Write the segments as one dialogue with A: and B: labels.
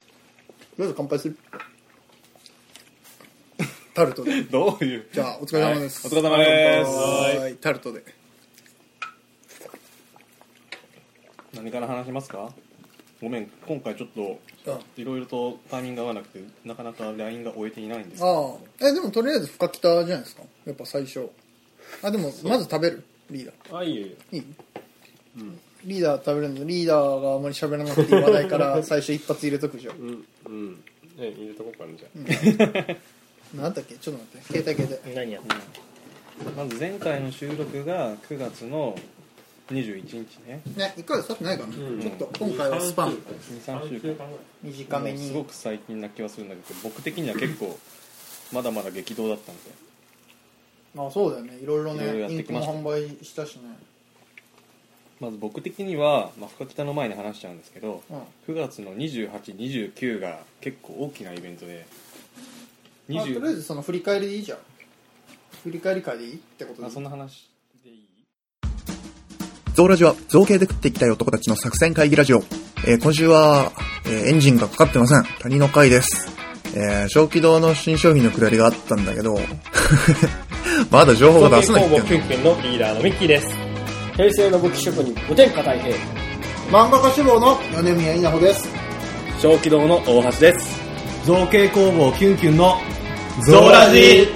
A: りあえず乾杯する タルトで
B: どういう
A: じゃあお疲れ様です、
B: はいお疲れ様です
A: はーいタルトで
B: 何から話しますかごめん今回ちょっと
A: あ
B: いろいろとタイミングが合わなくてなかなか LINE が終えていないんです
A: あえでもとりあえず深北じゃないですかやっぱ最初あでもまず食べるリーダー
B: あいえいえ
A: いい、リーダー食べるのリーダーがあんまり喋らなくて言わないから 最初一発入れとくじゃん、
C: うんうんえ入れとこうかなじゃ
A: なんだっけちょっと待って携帯携
D: 何や
B: まず前回の収録が9月の21日ね
A: 帯ね一回で経ってないかな、
C: ん
A: ちょっと今回はスパン
B: 23週間
A: 短めに
B: すごく最近な気はするんだけど僕的には結構まだまだ激動だったんで
A: まあそうだよねいろいろ
B: いろいろや
A: ね
B: っ
A: イ
B: て
A: ンク
B: きま
A: も
B: した
A: 販売したしね
B: まず僕的には、まあ、深北の前に話しちゃうんですけど、
A: うん
B: 9月の2829が結構大きなイベントで
A: まあ、とりあえ
B: 20
A: ずその振り返りでいいじゃん振り返り会でいいってこと
B: あ
A: で
B: そんな話でいい
E: ゾウラジは造形で食っていきたい男たちの作戦会議ラジオ。えー今週は、えーエンジンがかかってません。谷の会です。えー小気道の新商品のくだりがあったんだけど、 まだ情報が出せないって
D: 工
E: 言う
D: 房
E: の
D: キュンキュンのリーダーのミッキーです平成の武器職人お天下太平
A: 漫画家志望の米宮稲穂です
B: 小気道の大橋です
F: 造形工房キュンキュンの
B: ゾーラジー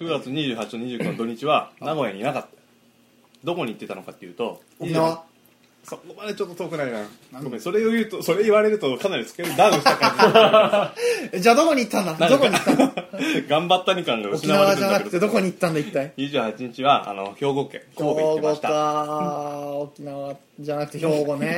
B: 9月28と29の土日は名古屋にいなかったどこに行ってたのかっていうと
A: 沖縄
B: そこまでちょっと遠くないな
A: なんで
B: ごめんそれを言うとそれ言われるとかなりスケールダウンした感
A: えじゃあどこに行ったんだ
B: じ
A: どこに行 ったんだ
B: なんか頑張ったに感が
A: 沖
B: 失わ
A: 縄
B: れて
A: じ
B: る
A: ゃ
B: ん
A: な
B: だけ
A: く
B: ど
A: てどこに行ったんだ一体
B: 28日はあの兵庫県神戸行ってまし
A: 兵
B: た
A: か沖縄じゃなくて兵庫ね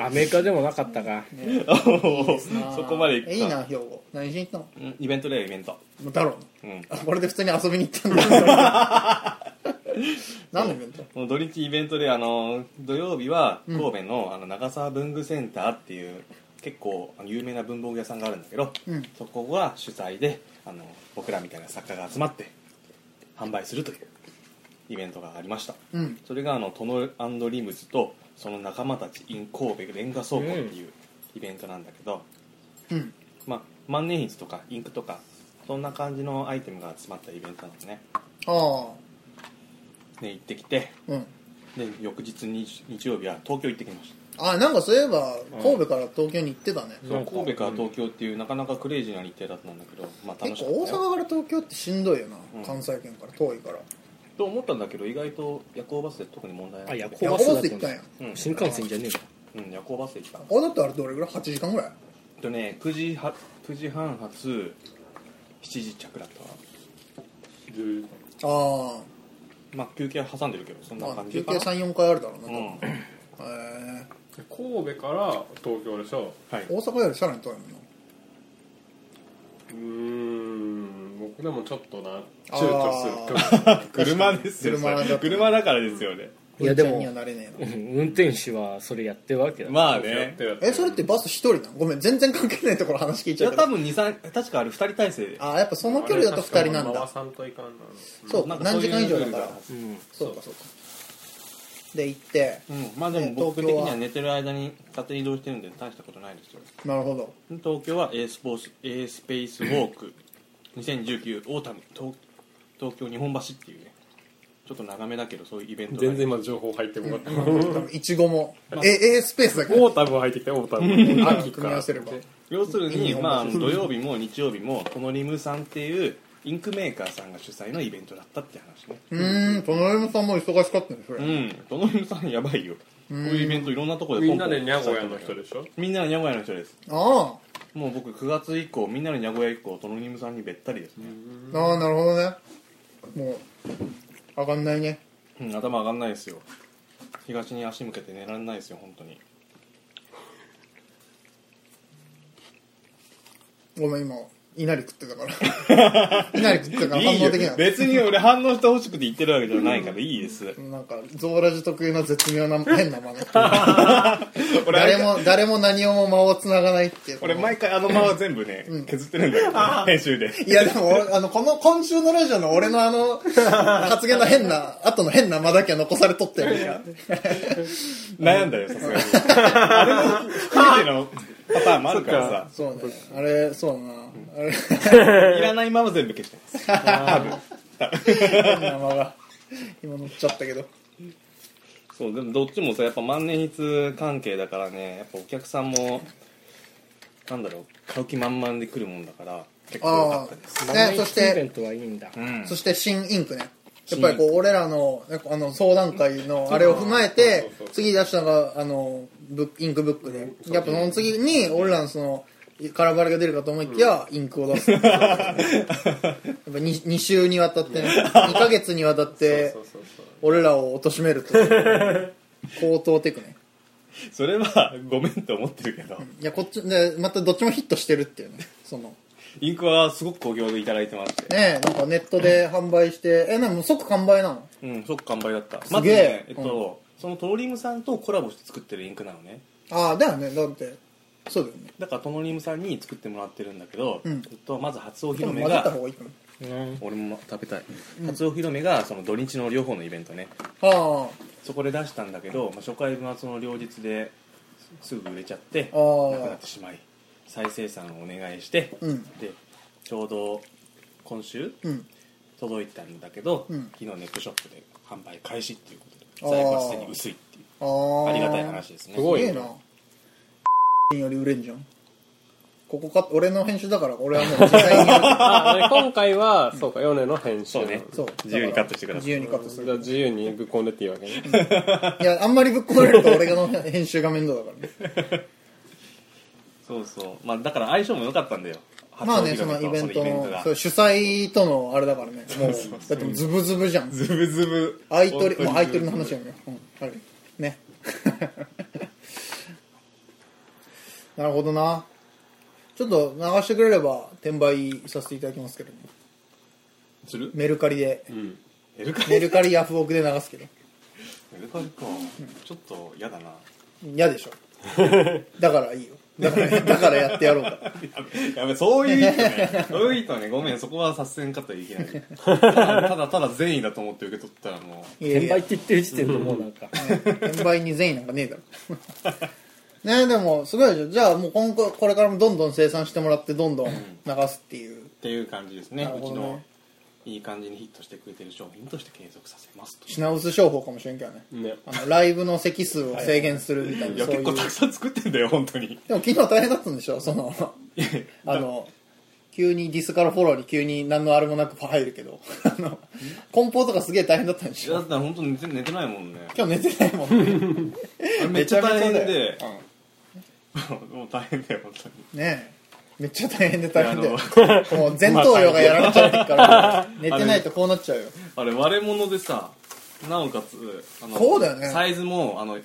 D: アメリカでもなかったか
B: そ こまで行った
A: えいいな兵庫何しに行ったの
B: うんイベントだよイベント、
A: もうだろう
B: うん、
A: あこれで普通に遊びに行ったんだ 何のイベント
B: この土日イベントであの土曜日は神戸の,、あの長沢文具センターっていう結構あの有名な文房具屋さんがあるんだけど、
A: うん
B: そこが主催であの僕らみたいな作家が集まって販売するというイベントがありました
A: うん
B: それがあのトノリムズとその仲間たち in 神戸レンガ倉庫っていうイベントなんだけど、
A: うん
B: まあ、万年筆とかインクとかそんな感じのアイテムが集まったイベントなのね
A: ああ
B: で行ってきて
A: うん
B: で翌日日日曜日は東京行ってきました
A: あなんかそういえば神戸から東京に行ってたね、
B: そう神戸から東京っていうなかなかクレイジーな日程だったんだけど、まあ、楽し
A: 結
B: か
A: 構
B: ったよ
A: 大阪から東京ってしんどいよな、
B: うん
A: 関西圏から遠いから
B: と思ったんだけど意外と夜行バスで特に問題ない
D: あ夜行
A: 夜
D: バ
A: 行
D: ス
A: バスで行ったんや
B: うん
D: 新幹線じゃねえか
B: うん、夜行バスで行った
A: あだってあれどれぐらい8時間ぐらい
B: えっとね9時は9時半発7時着だったわ
A: あ
B: まあ休憩は挟んでるけどそん
A: あ、
B: な
A: まあ
B: 感、じ
A: 休
B: か
A: 憩
B: な
A: 34回あるだろうな、
B: う
A: へ
B: ん
A: え
C: 神戸から東京でしょ
B: はい
A: 大阪よりさらに遠いもんな
C: うーん僕でもちょっとな
A: あー
C: 躊躇する距離
B: 車ですよ
A: 車だ
B: それ車だからですよね
D: いやで
A: お
D: も
A: じちゃんにはなれねえ
D: う
A: なん
D: 運転手はそれやってるわけだ
B: まあ
C: や っ
B: ね
C: てやって
A: えそれってバス一人なのごめん全然関係ないところ話聞い
B: い
A: ちゃ
B: や
A: うけど
B: 多分23確かあれ2人体制で
A: ああやっぱその距離だと2人なん
C: 回
A: だ
C: さんといかんな
A: そうか何時間以上だから
D: うん
A: そうかそうかで行って
B: うんまあでも
A: ね
B: 僕
A: 東
B: 的
A: 京は
B: には寝てる間に勝手に移動してるんで大したことないですよ
A: なるほど
B: 東京は A スポーツ A スペースウォーク2019オータム東東京日本橋っていうねちょっと長めだけどそういうイベントが
C: 全然今情報入ってもらった
A: 多分いちごも A, A スペースだけど
C: オータム入ってきたオータム
A: 秋組み合わせれば
B: 要する
A: いい
B: に、
A: よ
B: まあ、あの土曜日も日曜日もこのリムさんっていうインクメーカーさんが主催のイベントだったって話ね
A: うーん隣のさんも忙しかったねそれ
B: うんそのリムさんやばいよこういうイベントいろんなところで
C: み
B: ポ
C: ん
B: ンポ
C: な
B: ン
C: でニャゴヤの人でしょ
B: みんなでニャゴヤの人です
A: あ
B: もう僕9月以降みんなでニャゴヤ以降トノニムさんにべったりですね、
A: あああなるほどねもう上がんないね
B: うん、頭上がんないですよ東に足向けて寝られないですよ本当に
A: ごめん今稲荷食ってたから 稲荷食ってたから
B: い
A: 反
B: い
A: 応
B: よ
A: できない
B: 別に俺反応してほしくて言ってるわけじゃないからいいです
A: なんかゾーラジ特有の絶妙な変な間 ね
B: 俺
A: 誰も誰も何をも間をつながないっていう
B: 俺毎回あの間は全部ね削ってるんだけど編集で
A: いやでも俺あのこの今週のラジオの俺のあ の発言の変な後の変な間だけは残されとってるじゃん
B: 悩んだよさすがにあれも含めてのパターンもあるからさ
A: そうねあれそうだなあ れ
B: いらないまま全部消してます
A: 変な間が今乗っちゃったけど
B: そうでもどっちもさやっぱ万年筆関係だからねやっぱお客さんもなんだろう買う気満々で来るもんだから結構良か
A: あ
B: ったです
A: あねそし
D: イベ
A: て
D: ントはいいんだ。
B: うん
A: そして新インクねやっぱりこう俺らのやっぱあの相談会のあれを踏まえて次出したのがあのブックインクブックでやっぱその次に俺らのそのカラバリが出るかと思いきやインクを出すやっぱ 2, 2週にわたってね2ヶ月にわたって
C: そうそうそう
A: 俺らを貶めるという高等テクね
B: それはごめんと思ってるけど
A: いやこっちでまたどっちもヒットしてるっていうねその
B: インクはすごく好評でいただいてまして
A: ねえなんかネットで販売してえなんか即完売なの
B: うん即完売だった
A: すげえ
B: まずねえっ
A: う
B: とそのトロリームさんとコラボして作ってるインクなのね
A: ああだよねだってそうだよね
B: だからトロリームさんに作ってもらってるんだけど
A: うん
B: えっとまず初お
A: で
B: 披露
A: も
B: 目
A: 混ぜた
B: が
A: 方がいいかな
B: 俺も食べたい初お披露目がその土日の両方のイベントね
A: あ
B: そこで出したんだけど、まあ、初回分はその両日ですぐ売れちゃって
A: あー
B: なくなってしまい再生産をお願いして、
A: うん
B: でちょうど今週
A: あうん
B: 届いたんだけど、
A: うん
B: 昨日ネットショップで販売開始っていうことで
A: あー
B: 在庫はすでに薄いっていう
A: ああ
B: ありがたい話ですね
A: すごいなより売れんじゃんここか俺の編集だから俺 はもう実際に
D: あね今回は、そうか、米の編集。
B: そうね
A: そう
B: 自由にカットしてください
A: 自由にカットす
D: じゃあ
A: る
D: 自由にぶっ込んでっていいわけね。
A: いやあんまりぶっ壊れると俺の編集が面倒だからね
B: そうそうまあだから相性も良かったんだよ
A: まあねそのイベントのそう主催とのあれだから ねもうだってもうズブズブじゃん
B: ズブズブ
A: 相取りもう相取りの話やねうんあるね なるほどなちょっと流してくれれば転売させていただきますけどね
B: する
A: メルカリで
B: メルカリ
A: メルカリヤフオクで流すけど
B: メルカリかちょっと嫌だな
A: 嫌 でしょだからいいよだから だからやってやろうか
B: やべ、そういう意図 ね。そういう意図ね。ごめん、そこはさせんかったらいけない。ただただただ善意だと思って受け取ったらも
A: いやい
D: 転
A: や
D: 売って言ってる時点でもうなんか。
A: 転売に善意なんかねえだろ ねえでもすごいでしょじゃあもう今後これからもどんどん生産してもらってどんどん流すっていう
B: う、っていう感じですね。
A: なる
B: うち
A: ほどね
B: の、いい感じにヒットしてくれてる商品として継続させますと。
A: 品薄商法かもしれんけどね
D: ね。
A: あのライブの席数を制限するみたい
B: い
A: な
B: や、
A: そうい
B: 結
A: う
B: 構たくさん作ってんだよ、本当に。
A: でも昨日大変だったんでしょその あの急にディスからフォローに急に何のあれもなく入るけど あの梱包とかすげえ大変だったんでし
B: だ
A: ょ
B: ったら本当に寝て寝てないもんね。
A: 今日寝てないもんね
B: めっちゃ大変
A: めちゃめ
B: で
A: ちゃだよ、
B: もう大変だよ、本当に。
A: ねえめっちゃ大変で大変だよ
B: い
A: もう前頭葉がやられちゃってる から寝てないとこうなっちゃうよ
B: あれ、割れ物でさ、なおかつ、あの
A: そうだよね
B: サイズも、あの、え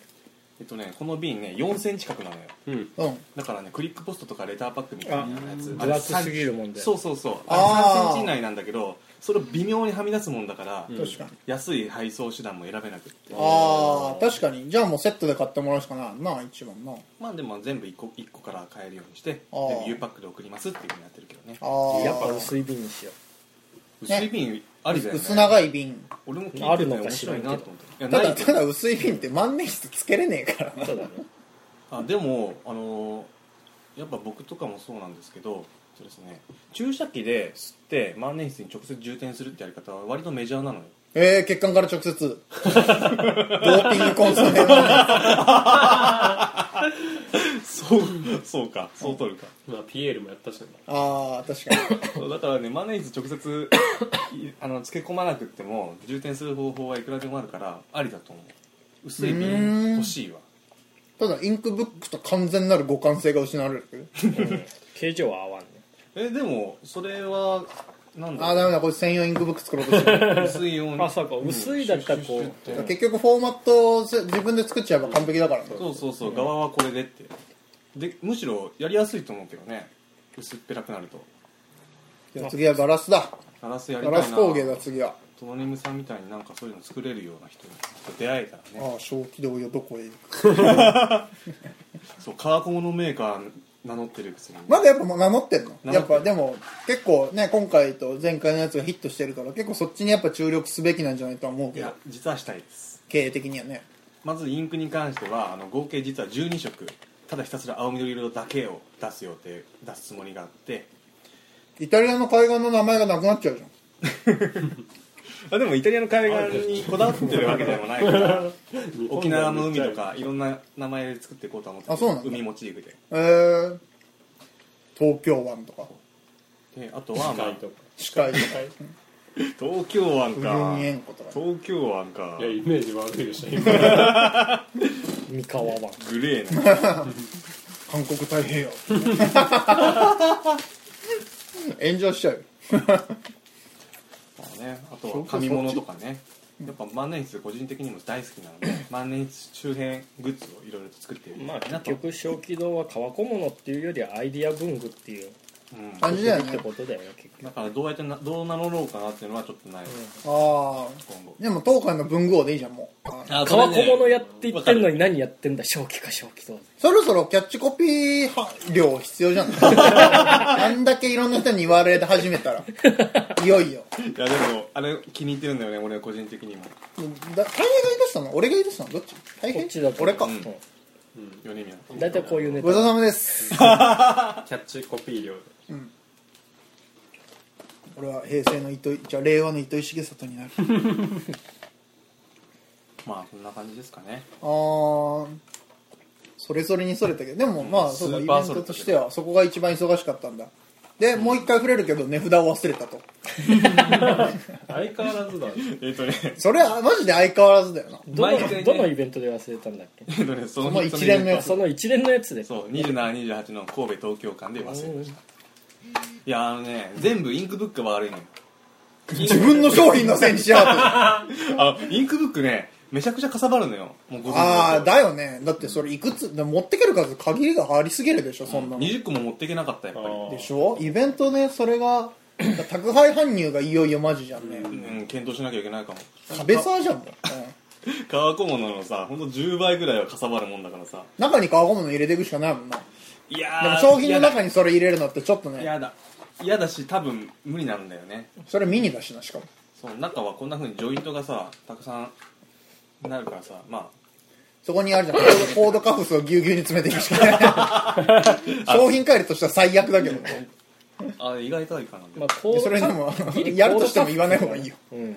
B: っとね、この瓶ね、4センチ角なのよ。
A: うん
B: だからねクリックポストとかレターパックみたいなやつ
D: あ分厚すぎるもんで
B: そうそうそう
A: あー
B: あれ3センチ以内なんだけどそれを微妙にはみ出すもんだから、
A: 確かに
B: 安い配送手段も選べなくって
A: ああ確かにじゃあもうセットで買ってもらうしかないな一番な
B: まあでも全部1個一個から買えるようにして
A: あー
B: U パックで送りますっていうふうにやってるけどね
A: ああ
D: やっぱ薄い瓶にしよ
B: 薄い瓶ありだよね
A: 薄長い瓶
B: 俺も聞いて
D: あ
B: て
D: るの
B: 面
D: かしら
B: 白い
D: んけど
B: なと思っていや
A: た
B: な
A: だ
B: いけ
A: た
B: ど
A: だ薄い瓶って万年筆つけれねえから
D: う。そうだね。
B: あでもあのーやっぱ僕とかもそうなんですけどそうですね注射器で吸って万年筆に直接充填するってやり方は割とメジャーなのよ
A: えー、血管から直接 ドーピングコンソメの
B: そう、そうか、そう取るか。
C: まあピエールもやったしね
A: ああ確かに
B: そうだからね、マネージ直接、いあの、付け込まなくっても、充填する方法はいくらでもあるから、ありだと思う。薄いう
A: ーん
B: 瓶欲しいわ。
A: ただインクブックと完全なる互換性が失われる
D: 形状は合わんね。
B: え、でも、それは、なん
A: ああ
B: だ
A: ダメだこれ専用インクブック作ろうとして る
B: 薄いように。
D: あ、そうか、薄いだったらこう。
A: 結局フォーマットをせ自分で作っちゃえば完璧だからね
B: そうそうそう、側はこれでって。で、むしろやりやすいと思うけどね。薄っぺらくなると。
A: じゃあ次はガラスだ
B: ガラスやり
A: ガ
B: たいな
A: ラス工芸だ次は
B: トノネムさんみたいになんかそういうの作れるような人に出会えたらね
A: ああ小気道よどこへ行く
B: そうカーコのメーカー名乗ってるくせに、
A: まだやっぱ名乗ってんの
B: 乗ってる
A: やっぱでも結構ね今回と前回のやつがヒットしてるから結構そっちにやっぱ注力すべきなんじゃないとは思う
B: い
A: けど
B: や実はしたいです
A: 経営的にはね
B: まずインクに関してはあの合計実は12色ただひたすら青緑色だけを出す予定出すつもりがあって
A: イタリアの海岸の名前がなくなっちゃうじゃん
B: あでもイタリアの海岸にこだわってるわけでもないから 沖縄の海とかいろんな名前で作っていこうとは思ってる
A: あそうなんだ
B: 海モチーフで
A: えー、東京湾とか
B: であとは、まあ、
A: 司会とか
B: 東京湾
A: ウ
B: か
A: ユニ塩湖とか
B: 東京湾か
C: いやイメージ悪いでしょ今
D: 三河湾
B: グ レーな
A: 韓国太平洋 炎上しちゃうよ
B: ねあとは紙物とかねやっぱ万年筆個人的にも大好きなので万年筆周辺グッズをいろいろと作ってみ
D: ま
B: た
D: あ
B: いな
D: 結
B: と、
D: 局小気道は革小物っていうよりはアイディア文具っていう
B: うん、
A: 感じだよ
D: って
A: ね
D: ことだよね結局
B: だからどうやってなどう名乗ろうかなっていうのはちょっとない、
A: ああ
B: 今後
A: でも当館の文具王でいいじゃんもうあー
B: あ
D: 革小物やって言ってんのに何やってんだ正気か正気道
A: そろそろキャッチコピーは量必要じゃ ないあんだけいろんな人に言われて始めた らいよいよ
B: いやでもあれ気に入ってるんだよね俺は個人的にも
A: だ大平が言い出したの俺が言い出したのどっち大
D: こ
A: 平
D: っちだと
A: 俺か、
D: うん
B: 4人目の
D: 大体こういうネタ
A: ごちそうさまです
C: キャッチコピー量で
A: 俺は平成の糸井じゃあ令和の糸井重里に なるあ
B: まあこんな感じですかね
A: ーそれぞれにそれたけどでもまあそうかイ
B: スーパ
A: ベ
B: ー
A: ン
B: それ
A: トと
B: たけど
A: してはそこが一番忙しかったんだで、もう一回触れるけど値札を忘れたと
C: 相変わらずだね
B: えっ、とね
A: それはマジで相変わらずだよな
D: ど
B: 毎回
D: の
B: ね
D: どのイベントで忘れたんだっけ
B: えっとねそ
A: その
B: の
A: 一連のやつ
D: その一連のやつで
B: そう2728の神戸東京間で忘れましたいやあのね全部インクブックが悪いのよ
A: 自分の商品のせいにしやがって
B: あインクブックねめちゃくちゃかさばるのよもうご存知
A: ああ
B: ですよ
A: だよねだってそれいくつでも持ってける数限りがありすぎるでしょそんなの、
B: 20個も持っていけなかったやっぱり
A: でしょイベントねそれが宅配搬入がいよいよマジじゃんね、
B: うん検討しなきゃいけないかも
A: 壁沢じゃんもう、うん
B: 革小物のさほんと10倍ぐらいはかさばるもんだからさ
A: 中に革小物入れていくしかないもんない
B: や
A: でも
B: ー
A: 商品の中にそれ入れるのってちょっとね
B: 嫌だ嫌だし多分無理なんだよね
A: それミニだしなしかも
B: そう中はこんなふうにジョイントがさたくさんなるからさま
A: そこにあるじゃんコードコードカフスをぎゅうぎゅうに詰めていくしか ない商品改良としては最悪だけど
B: ああ意外とはいいかな
D: ま
B: ま
D: あこう
A: それでもやるとしても言わない方がいいよ
D: うん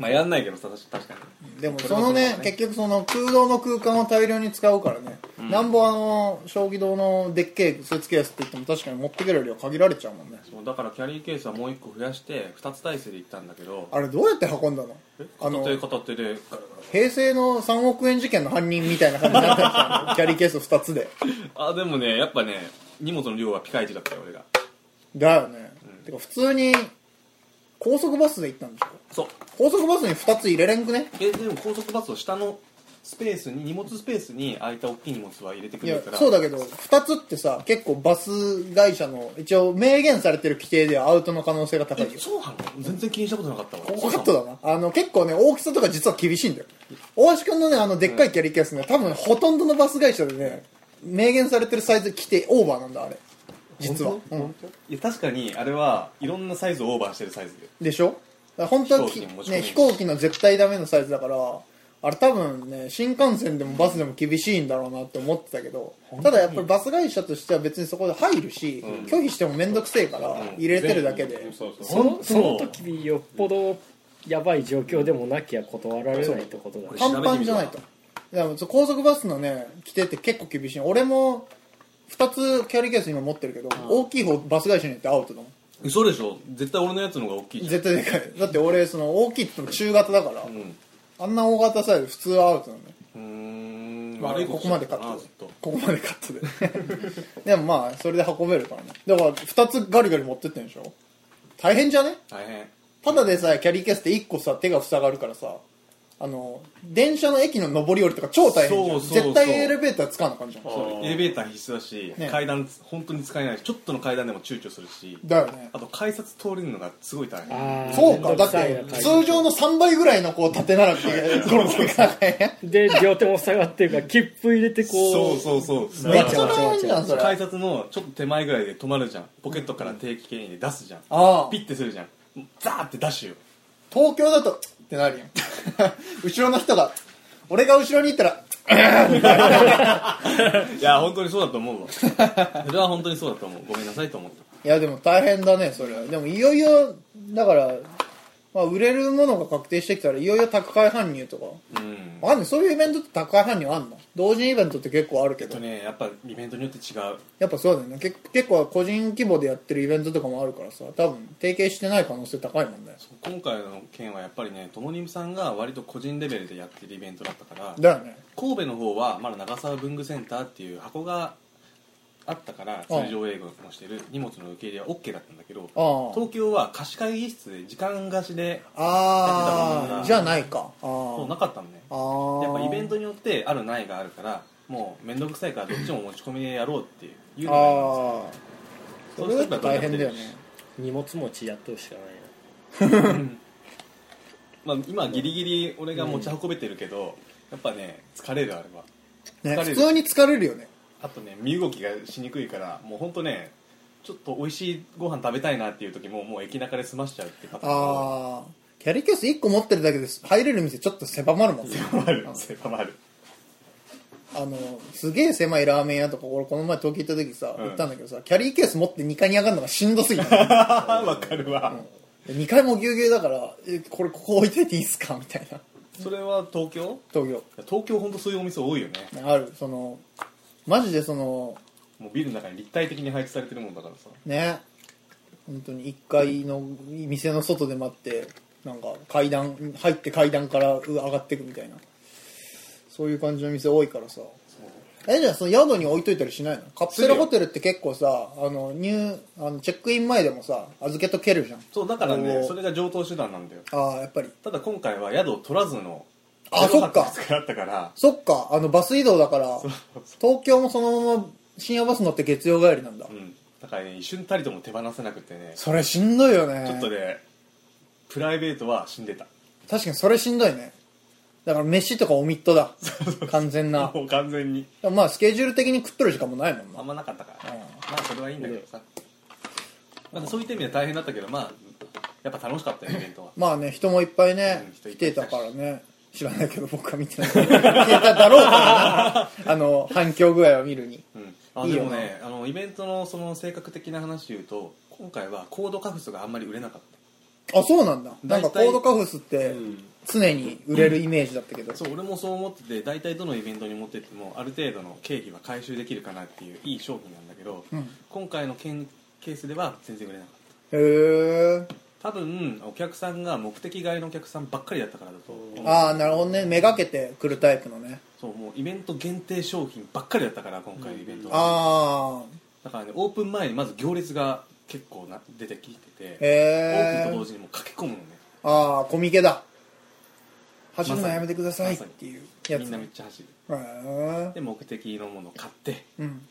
B: あやんないけどさ確確かに
A: でもその
B: これは
A: ね
B: そうだね
A: 結局その空洞の空間を大量に使うからね、なんぼあの将棋堂のでっけえスーツケースって言っても確かに持ってくる量限られちゃうもんね
B: そうだからキャリーケースはもう1個増やして2つ体制で行ったんだけど
A: あれどうやって運んだのあ
B: 片
A: の
B: 手片手でガラ
A: 平成の3億円事件の犯人みたいな感じになってた よキャリーケース2つで
B: ガラあでもねやっぱね荷物の量はピカイチだったよ俺が
A: だよね、てか普通に高速バスで行ったんでしょ
B: そう
A: 高速バスに2つ入れれんくね
B: えでも高速バスを下のスペースに荷物スペースに空いた大きい荷物は入れてく
A: い
B: れ
A: や
B: るから
A: そうだけど2つってさ結構バス会社の一応明言されてる規定ではアウトの可能性が高いよ
B: えそうなの全然気にしたことなかったわ
A: コンパクトだなあの結構ね大きさとか実は厳しいんだよ大橋君のねあのでっかいキャリーケースね、多分ほとんどのバス会社でね明言されてるサイズ規定オーバーなんだあれ実は、うん、
B: いや確かにあれはいろんなサイズをオーバーしてるサイズで
A: でしょだから本当はき
B: 飛行機に持ち込め
A: ね、
B: る
A: 飛行機の絶対ダメのサイズだからあれ多分ね新幹線でもバスでも厳しいんだろうなって思ってたけどただやっぱりバス会社としては別にそこで入るし、拒否しても面倒くせえから入れてるだけで、
C: そうそう
D: その
B: 本当
D: その時よっぽどやばい状況でもなきゃ断られないってことだね
B: そう
A: パンパンじゃないといやそう高速バスのね規定って結構厳しい俺も2つキャリーケース今持ってるけど、大きい方バス会社によってアウトだもん
B: 嘘でしょ絶対俺のやつの方が大きいじゃん
A: 絶対でかいだって俺その大きいって言っても中型だから、
B: ん
A: あんな大型サイズ普通はアウトなのね
B: うーん
A: まあ、ここまでカッ
B: か
A: ト
B: な
A: で
B: ずっと
A: ここまでカットで でもまあそれで運べるからねだから2つガリガリ持ってってんでしょ大変じゃね
B: 大変
A: ただでさえキャリーケースって1個さ手が塞がるからさああの電車の駅の上り下りとか超大変じゃん
B: そうそうそ
A: 絶
B: う
A: 対エレベーターつかなあかんじゃん
C: あー
B: エレベーター必須だし、
A: ね
B: 階段本当に使えないしちょっとの階段でも躊躇するし
A: だよね
B: あと改札通れるのがすごい大変
D: あー
A: そうか
D: めん
A: だ
D: どく
A: っ
D: さいな
A: て通常の3倍ぐらいのこう縦並びでゴロゴロ かかへん
D: で両手も下がってるから切符入れてこ
B: そううそうそう
A: めっちゃ大変じゃんそれ
B: 改札のちょっと手前ぐらいで止まるじゃんポケットから定期券入れ出すじゃん
A: ああ
B: ピッてするじゃんザーってダッシュ よ
A: 東京だと「ってなるやん 後ろの人が俺が後ろに行ったら
B: いや本当にそうだと思うわ それは本当にそうだと思うごめんなさいと思った
A: いやでも大変だねそれはでもいよいよだから、まあ、売れるものが確定してきたらいよいよ宅配搬入とか
B: うん
A: わかんないそういうイベントって宅配搬入あんの同時イベントって結構あるけ
B: えっ
A: ど
B: とねやっぱイベントによって違う
A: やっぱそうだよね結結構個人規模でやってるイベントとかもあるからさ多分提携してない可能性高いもんね
B: 今回の件はやっぱりねともにむさんが割と個人レベルでやってるイベントだったから
A: だよね
B: 神戸の方はまだ長沢文具センターっていう箱があったから通常営業もしてる荷物の受け入れは OK だったんだけど
A: ああ
B: 東京は貸し会議室で時間貸しで
A: ああじゃないかあ
B: そう
A: ー
B: なかったのね
A: あー
B: やっぱイベントによってあるないがあるからもう面倒くさいからどっちも持ち込みでやろうっていういうのがあります
A: ああそれだったら大変だよね
D: 荷物持ちやっとるしかないな
B: まあ、今ギリギリ俺が持ち運べてるけど、やっぱね疲れるあれは
A: ね
B: 疲れ
A: 普
B: る
A: 通に疲れるよね
B: あとね身動きがしにくいからもうほんとねちょっと美味しいご飯食べたいなっていう時ももう駅中で済ましちゃうってパターンが多
A: ああキャリーケース1個持ってるだけで入れる店ちょっと狭まるもんね
B: い困る狭まる
A: あのすげえ狭いラーメン屋とか俺この前東京行った時さ、
B: うん
A: 行ったんだけどさキャリーケース持って2階に上がるのがしんどすぎて
B: ああわかるわ、
A: 2階もぎゅうぎゅうだからえこれここ置いといていいっすかみたいな
B: それは東京
A: 東京
B: 東京ほんとそういうお店多いよね
A: あるそのマジでその
B: もうビルの中に立体的に配置されてるもんだからさ
A: ね本当に1階の店の外で待ってなんか階段入って階段から上がっていくみたいなそういう感じの店多いからさえじゃあその宿に置いといたりしないのカプセルホテルって結構さあの入あのチェックイン前でもさ預けとけるじゃん
B: そうだから
A: お
B: ね
A: ー
B: それが上等手段なんだよ
A: ああやっぱり
B: ただ今回は宿を取らずの
A: あそっか
B: 使ったから
A: そっかあのバス移動だから東京もそのまま深夜バス乗って月曜帰りなんだ、
B: うんだからね一瞬たりとも手放せなくてね
A: それしんどいよね
B: ちょっとねプライベートは死んでた
A: 確かにそれしんどいねだから飯とかオミットだ完全な
B: もう完全に
A: でもまあスケジュール的に食っとる時間もないもん
B: あ
A: なん
B: まなかったから、まあそれはいいんだけどさ、まあ、そういった意味では大変だったけどまあやっぱ楽しかった よイベントは
A: まあね人もいっぱいね
B: うん人い
A: 来
B: っぱい
A: てたからね知らないけど僕は見てない来てただろうから なあの反響具合を見るに
B: うんあ
A: いい
B: で
A: よ
B: も
A: な
B: ねあのイベントのその性格的な話で言うと今回はコードカフスがあんまり売れなかっ
A: あそうなんだなんかコ
B: 大体
A: ードカフスって常に売れるイメージだったけど
B: たそう俺もそう思ってて大体どのイベントに持ってってもある程度の経費は回収できるかなっていういい商品なんだけど、
A: うん
B: 今回の件ケースでは全然売れなかった
A: へえ
B: 多分お客さんが目的外のお客さんばっかりだったからだと思う
A: ああなるほどねめがけてくるタイプのね
B: そうもうイベント限定商品ばっかりだったから今回のイベントは、
A: ああ
B: だからねオープン前にまず行列が結構な出てきててオー
A: へ
B: プンと同
A: え
B: 時にもう駆け込むのね
A: ああコミケだ走るのやめてくださいっていうやつ
B: みんなめっちゃ走る
A: へえ
B: で目的のものを買って
A: うん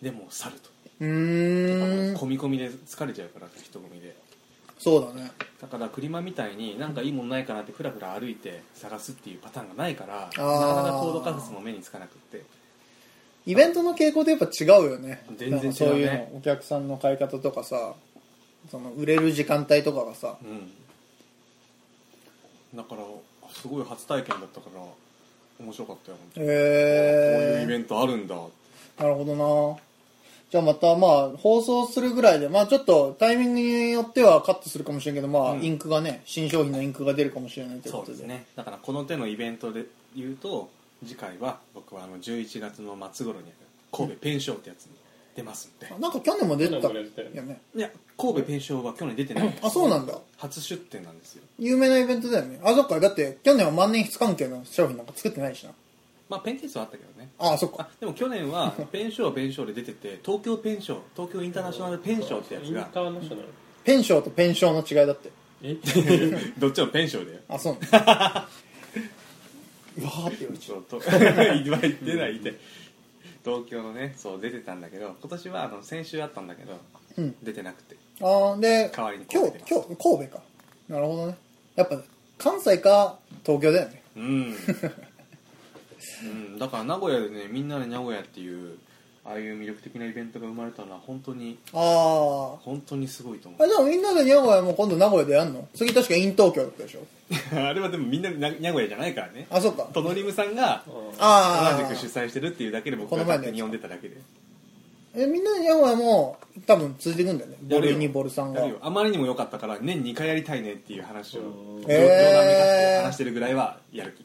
B: でもう去ると
A: うーん
B: 込み込みで疲れちゃうから人混みで
A: そうだね
B: だから車みたいになんかいいもんないかなってふらふら歩いて探すっていうパターンがないからなかなかコードカフスも目につかなくって
A: イベントの傾向とやっぱ違うよね
B: 全然違うね
A: なんかそういうのお客さんの買い方とかさその売れる時間帯とかがさ
B: うんだからすごい初体験だったから面白かったよ本当にこういうイ
A: へえ
B: ベントあるんだ
A: なるほどなじゃあまたまあ放送するぐらいでまあちょっとタイミングによってはカットするかもしれんけどまあ、
B: うん
A: インクがね新商品のインクが出るかもしれないということで
B: ねだからこの手のイベントで言うと次回は僕はあの11月の末頃にある神戸ペンショーってやつに出ますんで、
A: なんか去年も出てた
C: 去年も出てたよね
A: よね
B: いや神戸ペンショーは去年出てないんです
A: あそうなんだ
B: 初出店なんですよ
A: 有名なイベントだよねあそっかだって去年は万年筆関係の商品なんか作ってないしな
B: まあペンケースはあったけどね
A: ああそっか
B: あでも去年 はペンショーはペンショーで出てて東京ペンショー東京インターナショナルペンショーってやつ
C: イン
B: が
C: ターナショナル
A: ペンショーとペンショーの違いだって
C: え
B: どっちもペンショーだよ
A: あそうなんだ
B: わーってちょっと 今言ってないって東京のねそう出てたんだけど今年はあの先週あったんだけど、
A: うん
B: 出てなくて
A: ああで
B: 代わりに
A: 今
B: 神
A: 日
B: 戸です
A: 今日神戸かなるほどねやっぱ関西か東京だよね
B: うんうんだから名古屋でねみんなで名古屋っていうああいう魅力的なイベントが生まれたのは本当に
A: ああ
B: 本当にすごいと思
A: あじゃあみんなで名古屋も今度名古屋でやんの次確かイン東京だったでしょ
B: う あれはでもみんなな名古屋じゃないからね
A: あそっか
B: トノリムさんが
A: あ
B: 同
A: あ
B: じく主催してるっていうだけで僕
A: こ
B: が
A: の前の
B: 勝手に呼んでただけで
A: えみんなで名古屋も多分続いていくんだよねボ
B: やる
A: ル
B: よ
A: にボルさんが
B: やるよあまりにも良かったから年2回やりたいねっていう話を冗冗談めかして
A: へー
B: 話してるぐらいはやる気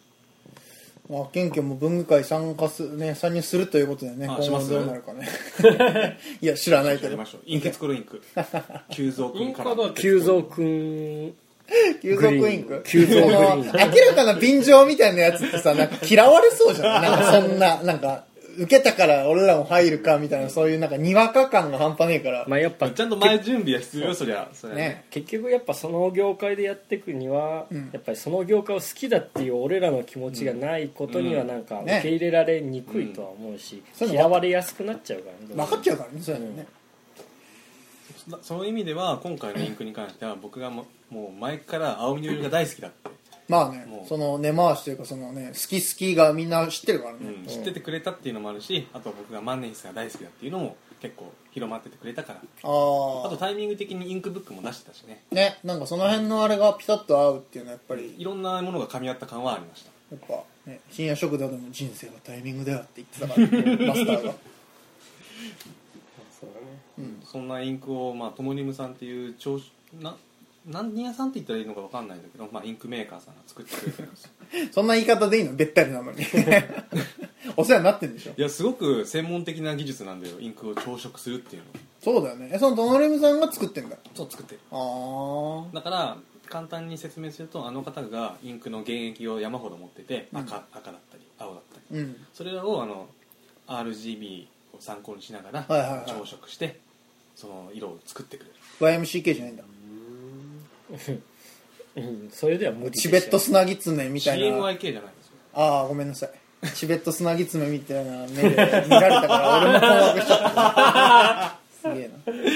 A: まあ、ケンケンも文具会参加す、ね、参入するということでね、
B: あ
A: 今
B: します
A: 後どうなるかね。 いや、知らないけ
B: やり
A: ど
B: ま。しょうインケツコロインク急増
C: イ
B: 君
C: ン
B: か
C: カ
B: ら
C: だって
D: 急増くん
A: 急速インク
D: 急速イン
A: こ
D: ク
A: の明らかな便乗みたいなやつってさ、なんか嫌われそうじゃん。なんかそんな、なんか、受けたから俺らも入るかみたいな、そういうなんかにわか感が半端ねえから。
D: まあやっぱ
B: ちゃんと前準備は必要よそりゃそりゃ
A: ね。
D: 結局やっぱその業界でやっていくには、やっぱりその業界を好きだっていう俺らの気持ちがないことにはなんか
A: ね
D: 受け入れられにくいとは思うし、
A: そういうの
D: 嫌われやすくなっちゃうからね
A: 分かっちゃうからね、そういうのね。
B: そその意味では今回のインクに関しては僕がももう前から青みのりが大好きだって、
A: まあね
B: も、う
A: その根回しというか、そのね、好き好きがみんな知ってるからね。
B: うん知っててくれたっていうのもあるしあと僕が万年筆が大好きだっていうのも結構広まっててくれたからあ
A: あ
B: とタイミング的にインクブックも出してたしね
A: あ。ね、なんかその辺のあれがピタッと合うっていうのはやっぱり
B: いろんなものが噛み合った感はありました
A: やっぱ、ね、深夜食堂でも人生はタイミングだよって言ってたから、マスターが。
C: そうだね
B: そんなインクを、まあ、トモリムさんっていう長な何屋さんって言ったらいいのか分かんないんだけど、まあ、インクメーカーさんが作ってくれてるんです よ
A: そんな言い方でいいのべったりなのに。 お世話になってんでしょ
B: いやすごく専門的な技術なんだよインクを朝食するっていうの
A: そうだよね。え、そのドノレムさんが作ってんだ。
B: そう作ってる
A: あー。
B: だから簡単に説明するとあの方がインクの原液を山ほど持ってて赤,、赤だったり青だったり
A: うん。
B: それらをあの RGB を参考にしながら
A: はいはいはい
B: 朝食してその色を作ってくれる
A: YMCK じゃないんだ。
D: うん、それでは無理でし
A: チ
D: ょ
A: ベット砂狐みたいな。
B: CMYK じゃないんですよ
A: あー、ごめんなさい。チベット砂狐みたいな目で見られたから、俺も困惑しちゃった。すげえ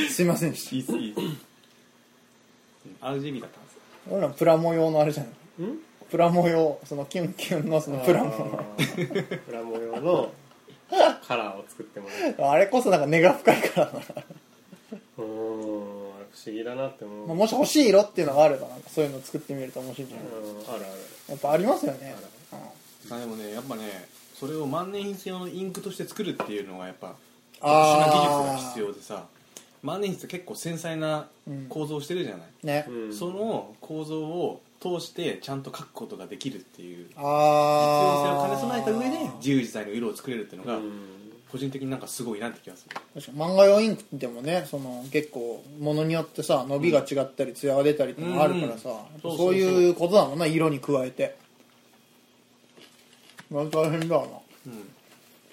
A: な。すいませんでし
B: い
A: た。
B: いっすいいっす RGB だったんですよ
A: 俺らプラモ用のあれじゃないプラモ用、そのキュンキュンのそのプラモの。
C: プラモ用のカラーを作ってもらう
A: あれこそなんか根が深いからな、
C: うーんあれ不思議だなって思う、
A: まあもし欲しい色っていうのがあればなんかそういうの作ってみると面白いんじゃない、
C: うんあるある
A: やっぱありますよね、うん
B: あでもねやっぱねそれを万年筆用のインクとして作るっていうのはやっぱ特殊な
A: あー
B: 技術が必要でさ万年筆って結構繊細な構造をしてるじゃない、
A: ね、
C: うん
B: その構造を通してちゃんと書くことができるっていう必要性
A: あ
B: を
A: あ
B: 兼ね備えた上で自由自在の色を作れるっていうのが、
C: うん
B: 個人的になんかすごいなって気がする
A: 確かに漫画用インクでもねその結構ものによってさ伸びが違ったりツヤが出たりってのがあるからさ、
B: うん
A: やっぱ
B: そうそうそう
A: そういうことだもんな色に加えてまあ大変だわ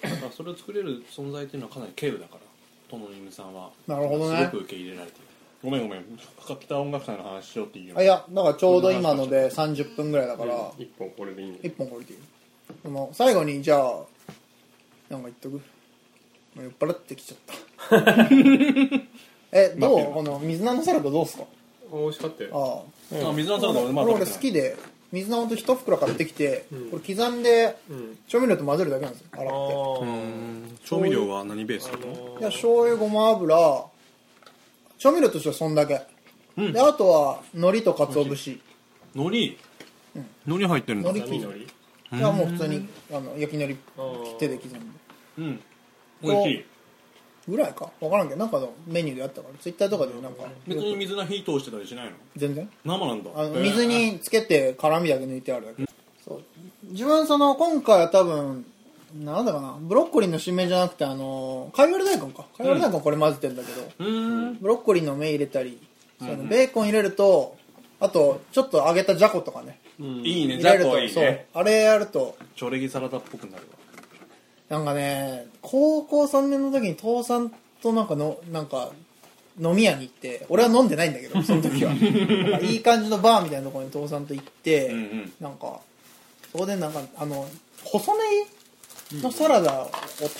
A: な
B: だからそれを作れる存在っていうのはかなり軽有だからトノニムさんは
A: なるほどね
B: すごく受け入れられてるごめんごめん深北音楽祭の話しようっていう
A: あいやだからちょうど今ので30分ぐらいだから
C: 一本これでいいんだ
A: 1本これでいいでも最後にじゃあなんか言っとくもう酔っ払ってきちゃった えど
B: 待って
A: うこの水菜のサラダどうっすか
C: 美味しかったよ
A: ああ
B: あ水野さんだ俺ま
A: こ
B: だ
A: れ俺
B: 食べて
A: 好
B: ない
A: きで水菜ほんと一袋買ってきて、
C: ん
A: これ刻んで
C: うん
A: 調味料と混ぜるだけなんですよ洗
C: あ
A: っ
B: う
C: ー
B: ん調味料は何ベースなの
A: ていや醤油ごま油調味料としてはそんだけ、であとは海苔と鰹節
B: 海苔海苔入ってるんだ
A: 海苔
C: 波
A: 切
C: 乗
A: る
C: り
A: いやもう普通にあの焼き海
C: あ
A: 苔
C: ー
A: 手で刻んで
B: うん美味しい
A: ぐらいか分からんけどなんかのメニューであったからツイッターとかでなんか
B: 別に水菜火通してたりしないの
A: 全然
B: 生なんだ
A: あの
B: へー
A: 水につけて辛みだけ抜いてあるだけ、そう自分その今回は多分なんだかなブロッコリーの新芽じゃなくてあのカイワレ大根かカイワレ大根これ混ぜてんだけど、
B: うーん
A: ブロッコリーの芽入れたり、そのベーコン入れるとあとちょっと揚げたじゃことかね
B: いいね
A: 入
B: じゃ
A: れ
B: あ
A: ると
B: こいい
A: そう
B: ね
A: あれやると
B: チョレギサラダっぽくなるわ
A: なんかね高校3年の時に父さんとなんかのなんか飲み屋に行って俺は飲んでないんだ けどその時はなんかいい感じのバーみたいなところに父さんと行って、
B: うんうん
A: なんかそこでなんかあの細ねぎのサラダを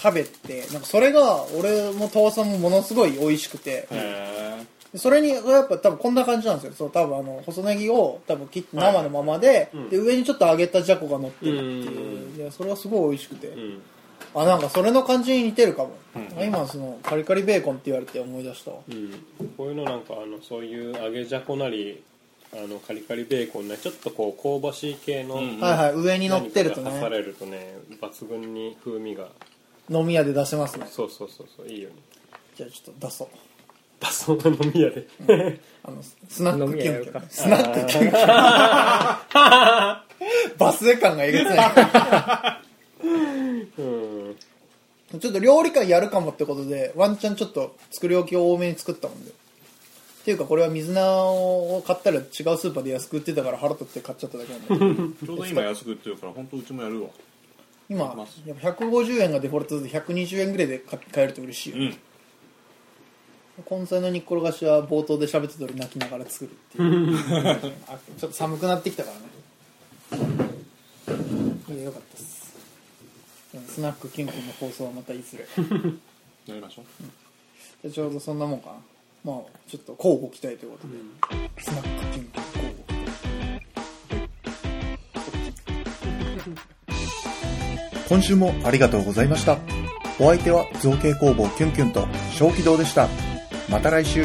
A: 食べて、なんかそれが俺もタワさんもものすごい美味しくて、
B: へ
A: それにやっぱ多分こんな感じなんですよそう多分あの細ネギを多分切って生のままで,、で上にちょっと揚げたじゃこが乗ってるっていう、いやそれはすごい美味しくて、
C: ん
A: あなんかそれの感じに似てるかも、今そのカリカリベーコンって言われて思い出したわ
C: うん、こういうのなんかあのそういう揚げじゃこなりあのカリカリベーコンねちょっとこう香ばしい系の、
B: ん
A: はいはい上に乗っ
C: 何
A: て
C: か
A: ると
C: が
A: ね
C: 足されるとね抜群に風味が
A: 飲み屋で出せますね
C: そうそうそうそういいよね
A: じゃあちょっと出そう
C: パソコンの飲み屋で、
A: あのスナックキュンキ
D: 飲み屋やるか
A: ュンスナックキュンキュンバスエ感がえげつない
C: うん、
A: ちょっと料理会やるかもってことで、ワンチャンちょっと作り置きを多めに作ったもんで。っていうか、これは水菜を買ったら違うスーパーで安く売ってたから腹立って買っちゃっただけなんだけど。
B: ーちょうど今安く売ってるから本当うちもやるわ
A: 今、やっぱ150円がデフォルトで120円ぐらいで買買えると嬉しいよ。
B: うん
A: 根菜の煮っ転がしは冒頭で喋った通り泣きながら作るっていう。あちょっと寒くなってきたからね。いや、よかったです。でもスナックキンキンの放送はまたいずれ。
B: やりましょう
A: でちょうどそんなもんかなまあちょっと交互期待ということで、スナックキンキン交互
E: 今週もありがとうございました。お相手は造形工房キュンキュンと小気道でした。また来週。